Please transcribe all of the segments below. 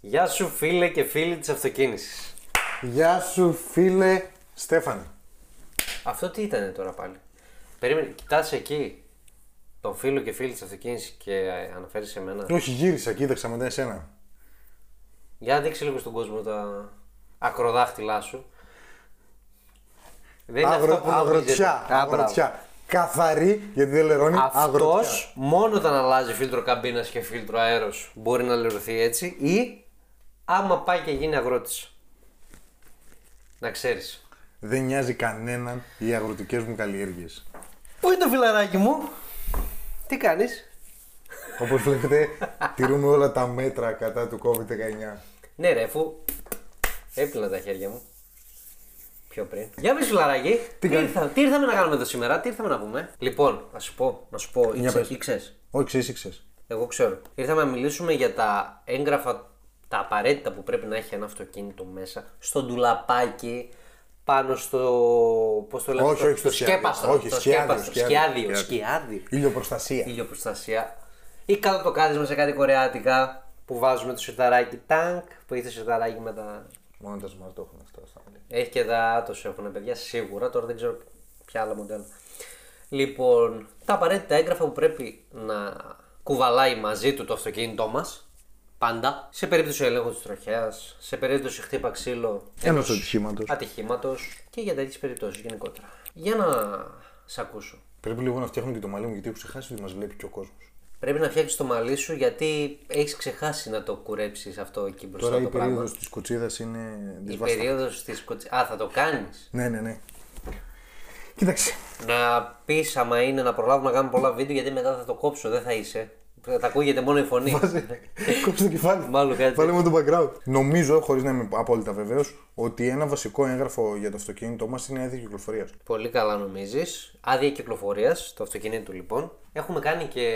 Γεια σου φίλε και φίλοι της αυτοκίνησης. Γεια σου φίλε Στέφανε. Αυτό τι ήταν τώρα πάλι. Περίμενε, κοιτάς εκεί τον φίλο και φίλη της αυτοκίνησης και ε, αναφέρεις σε μένα. Όχι γύρισα, κοίταξα μετά εσένα. Για δείξε λίγο στον κόσμο τα ακροδάχτυλά σου. Δεν είναι Αγρο, αυτό που νομίζετε. αγροτιά, Α, μπράβο. αγροτιά. Καθαρή, γιατί δεν λερώνει, Αυτό αγροτιά. μόνο όταν αλλάζει φίλτρο καμπίνας και φίλτρο αέρος μπορεί να λερωθεί έτσι ή άμα πάει και γίνει αγρότης. Να ξέρεις. Δεν νοιάζει κανέναν οι αγροτικές μου καλλιέργειες. Πού είναι το φιλαράκι μου, τι κάνεις. Όπως βλέπετε, τηρούμε όλα τα μέτρα κατά του COVID-19. Ναι, ρε, αφού έπλυνα τα χέρια μου. Πιο πριν. Για πες φιλαράκι, τι, κάνεις? ήρθα- τι ήρθαμε να κάνουμε εδώ σήμερα, τι ήρθαμε να πούμε. Λοιπόν, να σου πω, να σου πω, Για ήξε- πες. ήξες. Όχι, ξέρεις, ξέρεις. Εγώ ξέρω. Ήρθαμε να μιλήσουμε για τα έγγραφα, τα απαραίτητα που πρέπει να έχει ένα αυτοκίνητο μέσα, στο ντουλαπάκι, πάνω στο. Πώς το λέμε, Όχι, το- όχι, στο το σκέπαστρο. σκιάδιο. Όχι, το σκιάδιο, σκέπαστρο, σκιάδιο, σκιάδιο, σκιάδιο. σκιάδιο. Ηλιοπροστασία. Ηλιοπροστασία. Ή κάτω το κάρισμα σε κάτι κορεάτικα που βάζουμε το σιρταράκι τάγκ, που έχει το σιρταράκι με τα. Μόνο τα σμαρτόφωνα αυτά. στα μαλλιά. Έχει και δάτος έχουν παιδιά σίγουρα, τώρα δεν ξέρω ποια άλλα μοντέλα. Λοιπόν, τα απαραίτητα έγγραφα που πρέπει να κουβαλάει μαζί του το αυτοκίνητό μας, πάντα, σε περίπτωση ελέγχου της τροχέας, σε περίπτωση χτύπα ξύλο Ενός ατυχήματος. ατυχήματος και για τέτοιες περιπτώσεις γενικότερα. Για να σε ακούσω. Πρέπει λίγο να φτιάχνω και το μαλλί μου γιατί έχω ξεχάσει ότι μας βλέπει και ο κόσμος. Πρέπει να φτιάξεις το μαλλί σου γιατί έχεις ξεχάσει να το κουρέψεις αυτό εκεί μπροστά Τώρα η το πράγμα. περίοδος της κοτσίδας είναι Η δυσβάσταχτη. περίοδος της κοτσίδα. Α, θα το κάνεις. Ναι, ναι, ναι. Κοίταξε. Να πεις άμα είναι να προλάβουμε να κάνουμε πολλά βίντεο γιατί μετά θα το κόψω, δεν θα είσαι. Θα τα ακούγεται μόνο η φωνή. Κόψε το κεφάλι. Ναι. Μάλλον κάτι Βάλε μου το background. Νομίζω, χωρίς να είμαι απόλυτα βεβαίω, ότι ένα βασικό έγγραφο για το αυτοκίνητό μας είναι η άδεια κυκλοφορίας. Πολύ καλά νομίζεις. Άδεια κυκλοφορίας του αυτοκινήτου λοιπόν. Έχουμε κάνει και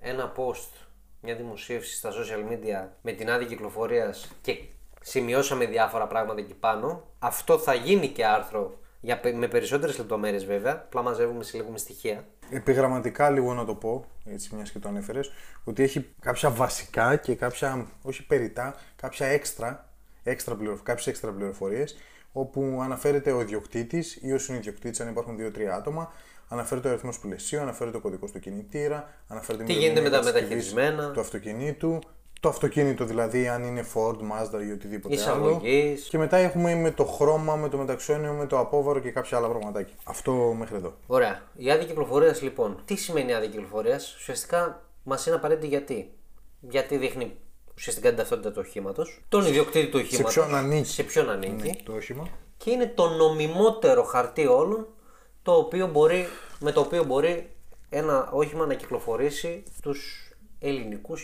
ένα post, μια δημοσίευση στα social media με την άδεια κυκλοφορίας και σημειώσαμε διάφορα πράγματα εκεί πάνω. Αυτό θα γίνει και άρθρο για, πε- με περισσότερες λεπτομέρειες βέβαια. Απλά μαζεύουμε, συλλέγουμε στοιχεία. Επιγραμματικά λίγο να το πω, έτσι μιας και το ανέφερες, ότι έχει κάποια βασικά και κάποια, όχι περιτά, κάποια έξτρα, έξτρα πληρο, κάποιες έξτρα πληροφορίες, όπου αναφέρεται ο ιδιοκτήτης ή ο συνειδιοκτήτης, αν υπάρχουν δύο-τρία άτομα, αναφέρεται ο αριθμός πλαισίου, αναφέρεται ο κωδικός του κινητήρα, αναφέρεται η Τι γίνεται με τα ημερομηνία κατασκευής μεταχειρισμένα. του αυτοκινήτου, το αυτοκίνητο δηλαδή, αν είναι Ford, Mazda ή οτιδήποτε άλλο. Εισαγωγής. Και μετά έχουμε με το χρώμα, με το μεταξόνιο, με το απόβαρο και κάποια άλλα πραγματάκια. Αυτό μέχρι εδώ. Ωραία. Η άδεια κυκλοφορίας λοιπόν. Τι σημαίνει άδεια κυκλοφορίας, ουσιαστικά μας είναι απαραίτητη γιατί. Γιατί δείχνει ουσιαστικά την ταυτότητα του οχήματος, τον ιδιοκτήτη του οχήματος. ποιον ανήκει. Ναι. Σε ποιον ανήκει. Το όχημα. Και είναι το νομιμότερο χαρτί όλων το οποίο μπορεί, με το οποίο μπορεί ένα όχημα να κυκλοφορήσει τους ελληνικούς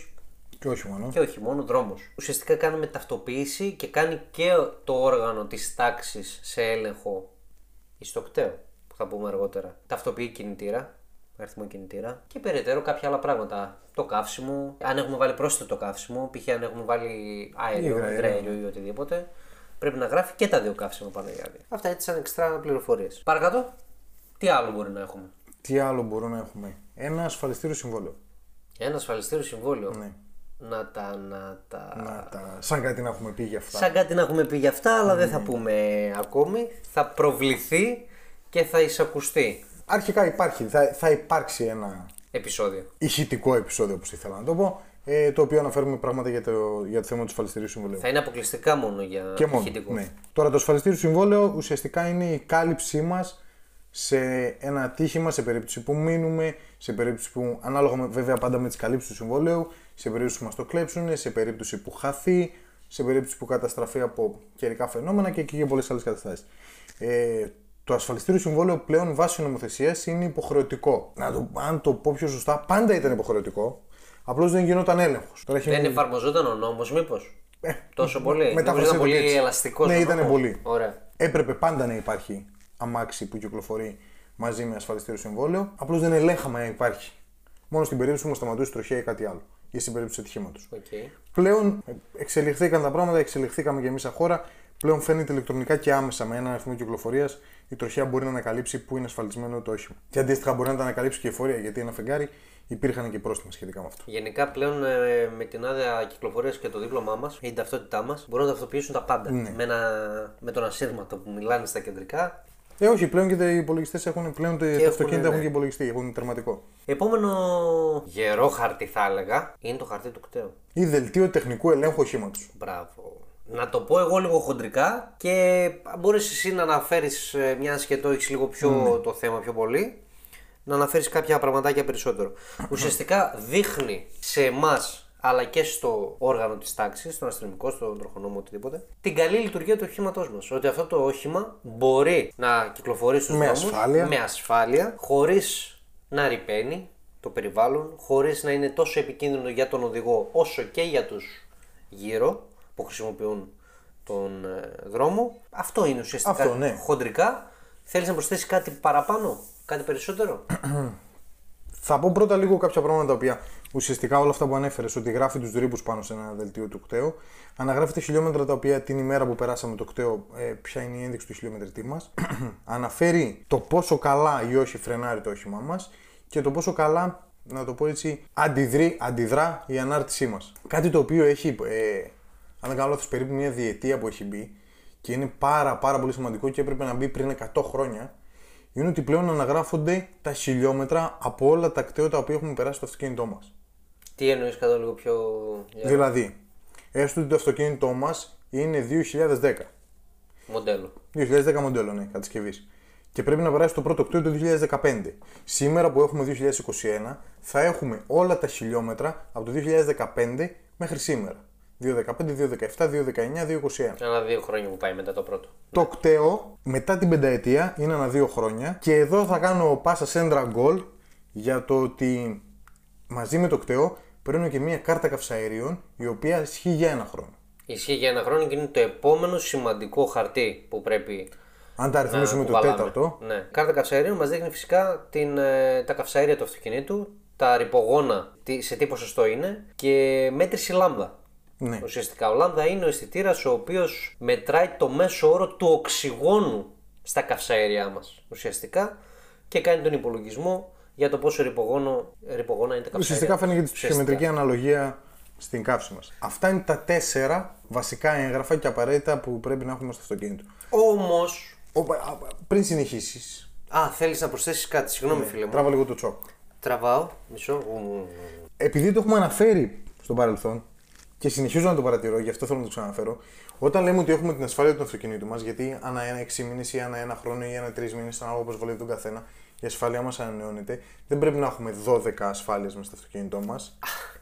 Και όχι μόνο. και όχι μόνο δρόμους. Ουσιαστικά κάνουμε ταυτοποίηση και κάνει και το όργανο της τάξης σε έλεγχο ιστοκτέο, που θα πούμε αργότερα. Ταυτοποιεί κινητήρα, αριθμό κινητήρα και περαιτέρω κάποια άλλα πράγματα. Το καύσιμο, αν έχουμε βάλει πρόσθετο καύσιμο, π.χ. αν έχουμε βάλει αέριο, Υγραέριο. υδραέριο ή οτιδήποτε, πρέπει να γράφει και τα δύο καύσιμα πάνω για άδεια. Αυτά έτσι σαν εξτρά πληροφορίες. Παρακάτω, τι άλλο μπορεί να έχουμε. Τι άλλο μπορούμε να έχουμε. Ένα ασφαλιστήριο συμβόλαιο. Ένα ασφαλιστήριο συμβόλαιο. Ναι. Να τα, να τα. Να τα... Σαν κάτι να έχουμε πει για αυτά. Σαν κάτι να έχουμε πει για αυτά, αλλά Ναι. δεν θα πούμε ακόμη. Θα προβληθεί και θα εισακουστεί Αρχικά υπάρχει, θα, θα υπάρξει ένα επεισόδιο. ηχητικό επεισόδιο, όπως ήθελα να το πω, ε, το οποίο αναφέρουμε πράγματα για το, για το θέμα του ασφαλιστήριου συμβολέου. Θα είναι αποκλειστικά μόνο για Και μόνο. ηχητικό. Ναι. Τώρα το ασφαλιστήριο συμβόλαιο ουσιαστικά είναι η κάλυψή μας σε ένα ατύχημα, σε περίπτωση που μείνουμε, σε περίπτωση που ανάλογα με, βέβαια πάντα με τις καλύψεις του συμβολέου, σε περίπτωση που μας το κλέψουν, σε περίπτωση που χαθεί, σε περίπτωση που καταστραφεί από καιρικά φαινόμενα και εκεί και πολλές άλλες καταστάσεις. Ε, το ασφαλιστήριο συμβόλαιο πλέον βάσει νομοθεσίας είναι υποχρεωτικό. Να το, αν το πω πιο σωστά, πάντα ήταν υποχρεωτικό. Απλώς δεν γινόταν έλεγχος. Τώρα έχει Δεν μείνει- εφαρμοζόταν ο νόμος, μήπως. ε, Τόσο πολύ. μετά Μήπως ήταν βασίζεται πολύ έτσι. ελαστικός. Ναι, ήταν πολύ. Ωραία. έπρεπε πάντα να υπάρχει αμάξι που κυκλοφορεί μαζί με ασφαλιστήριο συμβόλαιο. Απλώς δεν ελέγχαμε αν υπάρχει. Μόνο στην περίπτωση που μας σταματούσε η τροχιά ή κάτι άλλο. Ή στην περίπτωση ατυχήματος. Οκ. Πλέον ε, εξελιχθήκαν τα πράγματα, εξελιχθήκαμε και εμείς σαν χώρα. πλέον φαίνεται ηλεκτρονικά και άμεσα με έναν αριθμό κυκλοφορίας η τροχιά μπορεί να ανακαλύψει πού είναι ασφαλισμένο το όχημα. Και αντίστοιχα μπορεί να τα ανακαλύψει και η εφορία, γιατί ένα φεγγάρι υπήρχαν και πρόστιμα σχετικά με αυτό. Γενικά πλέον ε, με την άδεια κυκλοφορίας και το δίπλωμά μας, η ταυτότητά μας, μπορούν να ταυτοποιήσουν τα πάντα. Ναι. Με, ένα, με τον ασύρματο που μιλάνε στα κεντρικά. Ε, όχι, πλέον και τα υπολογιστές έχουν πλέον τα έχουν, αυτοκίνητα ναι. έχουν και υπολογιστή, έχουν τερματικό. Επόμενο γερό χαρτί, θα έλεγα, είναι το χαρτί του κτέου. Ή δελτίο τεχνικού ελέγχου οχήματος. Μπράβο. Να το πω εγώ λίγο χοντρικά και μπορείς εσύ να αναφέρεις, μια και το έχεις λίγο πιο Ναι. το θέμα πιο πολύ, να αναφέρεις κάποια πραγματάκια περισσότερο. Ουσιαστικά δείχνει σε εμάς αλλά και στο όργανο της τάξης, στον αστυνομικό, στον τροχονόμο, οτιδήποτε, την καλή λειτουργία του οχήματός μας. Ότι αυτό το όχημα μπορεί να κυκλοφορεί στους Με δρόμους ασφάλεια. με ασφάλεια, χωρίς να ρηπαίνει το περιβάλλον, χωρίς να είναι τόσο επικίνδυνο για τον οδηγό όσο και για τους γύρω που χρησιμοποιούν τον ε, δρόμο. Αυτό είναι ουσιαστικά Αυτό, ναι. χοντρικά. Θέλεις να προσθέσεις κάτι παραπάνω, κάτι περισσότερο. Θα πω πρώτα λίγο κάποια πράγματα τα οποία ουσιαστικά όλα αυτά που ανέφερες, ότι γράφει τους ρήπους πάνω σε ένα δελτίο του κτέου, αναγράφει τα χιλιόμετρα τα οποία την ημέρα που περάσαμε το κτέο, ε, ποια είναι η ένδειξη του χιλιομετρητή μας, αναφέρει το πόσο καλά ή όχι φρενάρει το όχημά μας και το πόσο καλά, να το πω έτσι, αντιδρεί, αντιδρά η ανάρτησή μας. Κάτι το οποίο έχει, ε, αν δεν κάνω λάθος, περίπου μια διετία που έχει μπει και είναι πάρα, πάρα πολύ σημαντικό και έπρεπε να μπει πριν 100 χρόνια είναι ότι πλέον αναγράφονται τα χιλιόμετρα από όλα τα κταίωτα τα οποία έχουμε περάσει στο αυτοκίνητό μας. Τι εννοείς κατά λίγο πιο. ε, για Δηλαδή, έστω ότι το αυτοκίνητό μας είναι 2010. Μοντέλο. 2010 μοντέλο, ναι, κατασκευής. Και πρέπει να περάσει το πρώτο κτίριο το 2015. Σήμερα που έχουμε 2021, θα έχουμε όλα τα χιλιόμετρα από το 2015 μέχρι σήμερα. 2015, 2017, 2019, 2021. Ένα δύο χρόνια που πάει μετά το πρώτο. Το κτέο μετά την πενταετία είναι ανά δύο χρόνια και εδώ θα κάνω πάσα σέντρα γκολ για το ότι μαζί με το κτέο παίρνω και μια κάρτα καυσαερίων η οποία ισχύει για ένα χρόνο. Ισχύει για ένα χρόνο και είναι το επόμενο σημαντικό χαρτί που πρέπει Αν τα αριθμίσουμε το κουβαλάμε. τέταρτο, Ναι. Κάρτα καυσαερίων μας δείχνει φυσικά την, ε, τα καυσαέρια του αυτοκινήτου, τα ρηπογόνα, τι- σε τι ποσοστό είναι και μέτρηση λάμδα. ναι. Ουσιαστικά ο λάμδα είναι ο αισθητήρας ο οποίος μετράει το μέσο όρο του οξυγόνου στα καυσαέρια μας. Ουσιαστικά και κάνει τον υπολογισμό για το πόσο ρηπογόνο, ρηπογόνα είναι τα καυσαέρια. Ουσιαστικά φαίνεται και τη Ουσιαστικά. ψυχομετρική αναλογία στην καύση μας. Αυτά είναι τα τέσσερα βασικά έγγραφα και απαραίτητα που πρέπει να έχουμε στο αυτοκίνητο. Όμως. Ο- α- α- πριν συνεχίσεις, Α, θέλεις να προσθέσεις κάτι, συγγνώμη φίλε μου. τράβα λίγο το τσόκ. Τραβάω, μισό. Ου, επειδή το έχουμε αναφέρει στο παρελθόν και συνεχίζω να το παρατηρώ, γι' αυτό θέλω να το ξαναφέρω, όταν λέμε ότι έχουμε την ασφάλεια του αυτοκινήτου μας, γιατί ανά ένα 6 μήνες ή ανά ένα χρόνο ή ανά 3 μήνε, ανάλογα πώ βολεύει τον καθένα, η ασφάλειά μας ανανεώνεται. Δεν πρέπει να έχουμε 12 ασφάλειε μέσα στο αυτοκίνητό μας.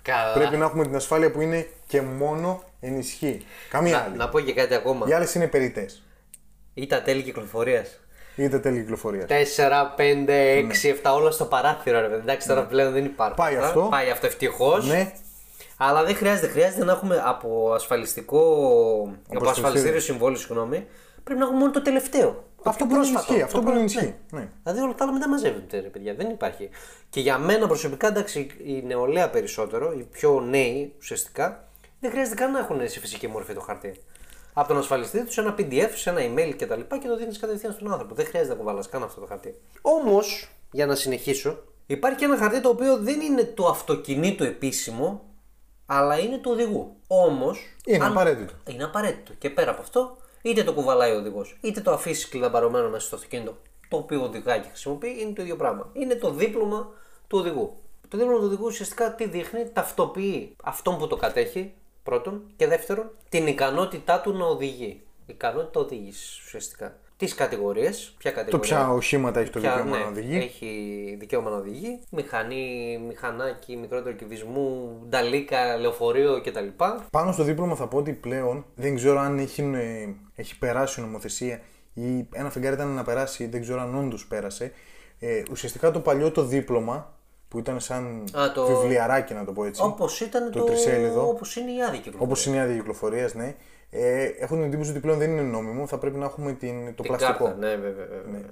Καλά. Πρέπει να έχουμε την ασφάλεια που είναι και μόνο ενισχύ. Καμία άλλη. Να πω και κάτι ακόμα. Οι άλλες είναι περιττέ Ή τα τέλη κυκλοφορίας. ή τα τέλη κυκλοφορίας. 4, 5, 6, 7, όλα στο παράθυρο. Ρε, παιδί. εντάξει, τώρα πλέον δεν υπάρχουν. Πάει αυτά. αυτό. Ναι. Πάει αυτό ευτυχώς. Ναι, Αλλά δεν χρειάζεται, χρειάζεται να έχουμε από ασφαλιστικό. από ασφαλιστήριο ασφαλιστήριο. συμβόλαιο, συγγνώμη. Πρέπει να έχουμε μόνο το τελευταίο. Το αυτό πιο που είναι πρόσφατο. ενισχύ. Αυτό Το που είναι πρώτο, ενισχύ. Ναι. Δηλαδή όλα τα άλλα μετά μαζεύεται, ρε παιδιά. Δεν υπάρχει. Και για μένα προσωπικά, εντάξει, η νεολαία περισσότερο, οι πιο νέοι ουσιαστικά, δεν χρειάζεται καν να έχουν σε φυσική μορφή το χαρτί. Από τον ασφαλιστή τους, σε ένα PDF, σε ένα email κτλ. και το δίνεις κατευθείαν στον άνθρωπο. Δεν χρειάζεται να κουβαλάς καν αυτό το χαρτί. Όμως, για να συνεχίσω, υπάρχει και ένα χαρτί το οποίο δεν είναι του αυτοκινήτου επίσημο, αλλά είναι του οδηγού. Όμως. Είναι απαραίτητο. Είναι απαραίτητο. Και πέρα από αυτό, είτε το κουβαλάει ο οδηγός, είτε το αφήσει κλειδαμπαρωμένο μέσα στο αυτοκίνητο, το οποίο οδηγάει και χρησιμοποιεί, είναι το ίδιο πράγμα. Είναι το δίπλωμα του οδηγού. Το δίπλωμα του οδηγού ουσιαστικά τι δείχνει, ταυτοποιεί αυτόν που το κατέχει, πρώτον, και δεύτερον, την ικανότητά του να οδηγεί. Ικανότητα οδήγησης ουσιαστικά. Τις κατηγορίες, ποια Το κατηγορία. ποια οχήματα έχει το Πια, δικαίωμα ναι, να οδηγεί. Έχει δικαίωμα να οδηγεί. Μηχανή, μηχανάκι, μικρότερο κυβισμού, νταλίκα, λεωφορείο κτλ. Πάνω στο δίπλωμα θα πω ότι πλέον δεν ξέρω αν έχει, ε, έχει περάσει η νομοθεσία ή ένα φεγγάρι ήταν να περάσει, δεν ξέρω αν όντως πέρασε. Ε, ουσιαστικά το παλιό το δίπλωμα που ήταν σαν Α, το- βιβλιαράκι να το πω έτσι. Όπως ήταν το, Το τρισέλιδο. Όπως είναι η άδικη κυκλοφορίας. Όπως είναι η άδεια κυκλοφορίας, ναι. Ε, έχω την εντύπωση ότι πλέον δεν είναι νόμιμο, θα πρέπει να έχουμε την, το Την πλαστικό. κάρτα, ναι, βέβαια. βέβαια.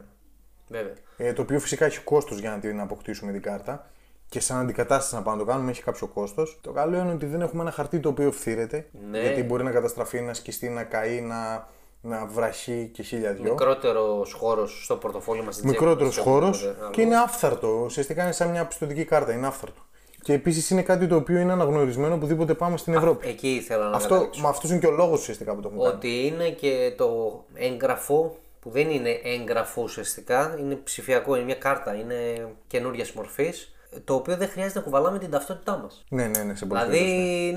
βέβαια. Ε, το οποίο φυσικά έχει κόστος για να την αποκτήσουμε την κάρτα και σαν αντικατάσταση να πάμε να το κάνουμε έχει κάποιο κόστος. Το καλό είναι ότι δεν έχουμε ένα χαρτί το οποίο φθήρεται. Ναι. Γιατί μπορεί να καταστραφεί, να σκιστεί, να καεί, να να βραχεί και χίλια δυο. Μικρότερος χώρος στο πορτοφόλι μας. Μικρότερο χώρο και είναι άφθαρτο. Ουσιαστικά είναι σαν μια πιστοτική κάρτα. Είναι άφθαρτο. Και επίσης είναι κάτι το οποίο είναι αναγνωρισμένο οπουδήποτε πάμε στην Ευρώπη. Εκεί ήθελα να Αυτό, καταλήξω. μα αυτός είναι και ο λόγος ουσιαστικά που το έχουμε κάνει. Ότι είναι και το έγγραφο που δεν είναι έγγραφο ουσιαστικά, είναι ψηφιακό, είναι μια κάρτα, είναι καινούργια μορφής, το οποίο δεν χρειάζεται να κουβαλάμε την ταυτότητά μας. Ναι, ναι, ναι, σε πολλές Δηλαδή,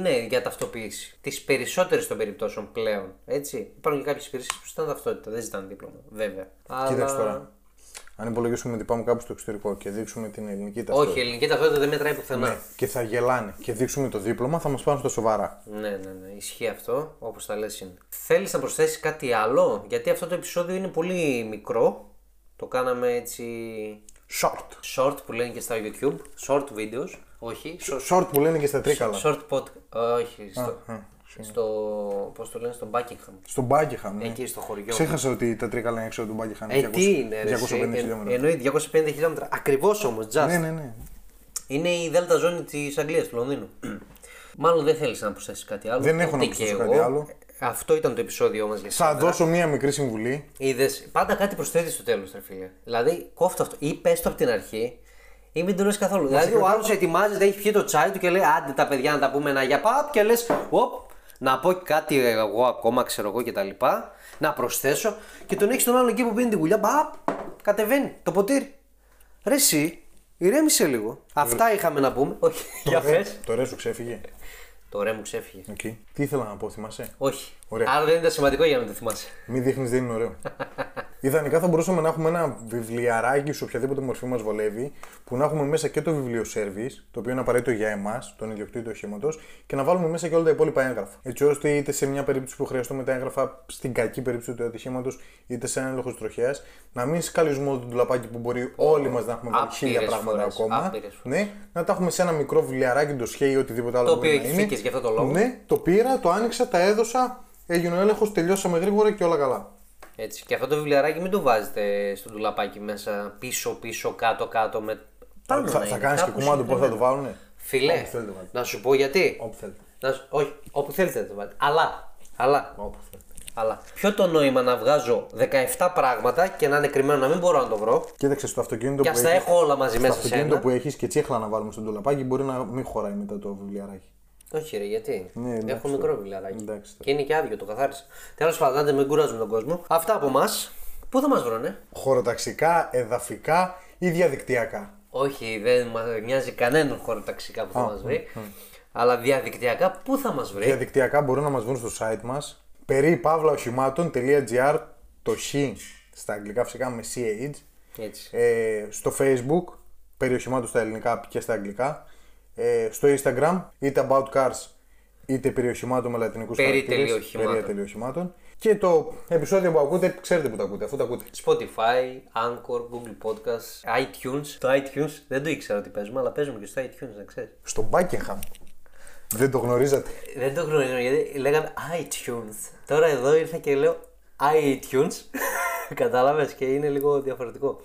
ναι, για ταυτοποίηση. Τις περισσότερες των περιπτώσεων πλέον. Έτσι. Υπάρχουν και κάποιες υπηρεσίες που ζητάνε ταυτότητα, δεν ζητάνε δίπλωμα, βέβαια. Κοίταξε τώρα. Αν υπολογίσουμε ότι πάμε κάπου στο εξωτερικό και δείξουμε την ελληνική ταυτότητα. Όχι, η ελληνική ταυτότητα δεν μετράει πουθενά. Ναι, και θα γελάνε και δείξουμε το δίπλωμα, θα μας πάνε στα σοβαρά. Ναι, ναι, ναι, ισχύει αυτό, όπως τα λες είναι. Θέλεις να προσθέσεις κάτι άλλο, γιατί αυτό το επεισόδιο είναι πολύ μικρό. Το κάναμε έτσι. Short. short που λένε και στα YouTube. Short videos. Όχι. short- Short που λένε και στα τρίκαλα. Short podcast. Όχι. Στο, Α, στο. Πώς το λένε, στο Buckingham. Στον Μπάκεχαμ. Ναι. Εκεί στο χωριό. Ξέχασα ότι τα τρίκαλα είναι έξω του Μπάκεχαμ. Ε, τι είναι, ρε, 250 εσύ, εν- χιλιόμετρα. Εννοεί 250 χιλιόμετρα. Ακριβώς όμως, just. Ναι, ναι, ναι. Είναι η δέλτα ζώνη της Αγγλίας, του Λονδίνου. Μάλλον δεν θέλεις να προσθέσεις κάτι άλλο. Δεν έχω ούτε να και προσθέσω εγώ. κάτι άλλο. Αυτό ήταν το επεισόδιό μας για Θα δώσω μία μικρή συμβουλή. Είδες, πάντα κάτι προσθέτεις στο τέλος, ρε φίλε. Δηλαδή, κόφτω αυτό. Ή πες το από την αρχή, ή μην το λες καθόλου. δηλαδή, ο άλλο ετοιμάζεται, έχει πιει το τσάι του και λέει: Άντε τα παιδιά να τα πούμε ένα για παπ. Και λες: Οπ, να πω κάτι εγώ ακόμα, ξέρω εγώ κτλ. Να προσθέσω. Και τον έχεις τον άλλο εκεί που πίνει τη γουλιά. Παπ, κατεβαίνει το ποτήρι. Ρε εσύ, ηρέμησε λίγο. Αυτά είχαμε να πούμε. Όχι, για πες. Το ρε σου ξέφυγε. Το ρε μου ξέφυγε. Εκεί. Τι ήθελα να πω, θυμάσαι. Όχι. Ωραία. Άρα δεν ήταν σημαντικό για να μην το θυμάσαι. Μη δείχνεις, δεν είναι ωραίο. Ιδανικά θα μπορούσαμε να έχουμε ένα βιβλιαράκι σε οποιαδήποτε μορφή μας βολεύει, που να έχουμε μέσα και το βιβλίο service, το οποίο είναι απαραίτητο για εμάς, τον ιδιοκτήτη του οχήματος, και να βάλουμε μέσα και όλα τα υπόλοιπα έγγραφα. Έτσι ώστε είτε σε μια περίπτωση που χρειαστούμε τα έγγραφα, στην κακή περίπτωση του ατυχήματος, είτε σε ένα έλεγχο τροχέα, να μην σκαλίζουμε όλο το ντουλαπάκι που μπορεί όλοι μας να έχουμε βάλει Άπειρες χίλια πράγματα φορές, ακόμα. άπειρες Ναι, να τα έχουμε σε ένα μικρό βιβλιαράκι, ντοσχέ ή οτιδήποτε άλλο. Το μπορεί οποίο να έχει είναι. θήκες, γι' αυτό το λόγο. Ναι, το πήρα, το άνοιξα, τα έδωσα, έγινε ο έλεγχος, τελειώσαμε γρήγορα και όλα καλά. Έτσι. Και αυτό το βιβλιαράκι μην το βάζετε στο ντουλαπάκι μέσα πίσω, πίσω, κάτω, κάτω. Με... Πάνω θα να θα είναι, κάνεις και ναι, κάπου κουμάντο πώς θα το συγκεκριμένα. βάλουνε. Φιλέ, Όπου θέλετε βάλτε. να σου πω γιατί. Όπου θέλετε. Να σου- Όχι, όπου θέλετε το βάλετε. Αλλά, αλλά, Όπου θέλετε. αλλά. Ποιο το νόημα να βγάζω 17 πράγματα και να είναι κρυμμένο να μην μπορώ να το βρω. Κοίταξε στο αυτοκίνητο Και που ας τα έχω όλα μαζί στο μέσα σε αυτοκίνητο ένα. που έχεις και τσίχλα να βάλουμε στον τουλαπάκι μπορεί να μην χωράει μετά το βιβλιαράκι. Όχι, ρε, γιατί. Ναι, εντάξει έχω τώρα. μικρό βιβλιαράκι. Εντάξει τώρα. και είναι και άδειο, το καθάρισα. Τέλος πάντων, άντε, μην κουράζουμε τον κόσμο. Αυτά από εμά. Πού θα μας βρουνε. Χωροταξικά, εδαφικά ή διαδικτυακά. Όχι, δεν μας νοιάζει κανέναν χωροταξικά που θα Α, Ναι. μα βρει. Αλλά διαδικτυακά πού θα μας βρει. Διαδικτυακά μπορούν να μας βρουν στο site μας περί παύλαοχημάτων.gr το χ στα αγγλικά φυσικά με CH. Έτσι. Ε, στο facebook περί οχημάτων στα ελληνικά και στα αγγλικά. Ε, στο instagram είτε about cars είτε περί οχημάτων με λατινικούς Περί χαρακτήρες, τελειοχημάτων. περί τελειοχημάτων. Και το επεισόδιο που ακούτε, ξέρετε που το ακούτε, αφού το ακούτε. Spotify, Anchor, Google Podcasts, iTunes. Το iTunes δεν το ήξερα ότι παίζουμε, αλλά παίζουμε και στο iTunes, να ξέρεις. Στο Buckingham. Δεν το γνωρίζατε. Δεν το γνωρίζω γιατί λέγανε iTunes. Τώρα εδώ ήρθα και λέω iTunes. Κατάλαβες και είναι λίγο διαφορετικό.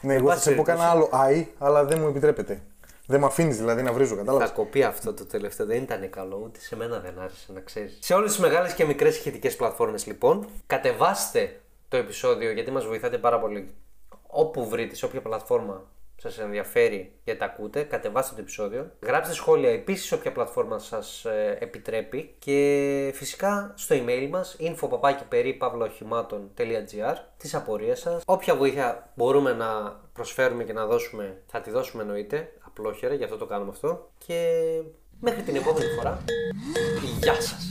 Ναι, εγώ θα πάση σε πω κανένα άλλο I, αλλά δεν μου επιτρέπετε. Δεν με αφήνεις δηλαδή να βρίζω, Θα κατάλαβα. κοπεί αυτό το τελευταίο, δεν ήταν καλό, ούτε σε μένα δεν άρεσε να ξέρεις. Σε όλες τις μεγάλες και μικρές ηχητικές πλατφόρμες λοιπόν, κατεβάστε το επεισόδιο γιατί μας βοηθάτε πάρα πολύ. Όπου βρείτε, σε όποια πλατφόρμα σας ενδιαφέρει γιατί τα ακούτε, κατεβάστε το επεισόδιο. Γράψτε σχόλια επίσης σε όποια πλατφόρμα σας επιτρέπει και φυσικά στο email μας info.papakiperi.pavlaochimaton.gr τις απορίες σας. Όποια βοήθεια μπορούμε να προσφέρουμε και να δώσουμε, θα τη δώσουμε εννοείται. Απλόχερα, γι' αυτό το κάνουμε αυτό. Και μέχρι την επόμενη φορά, γεια σας!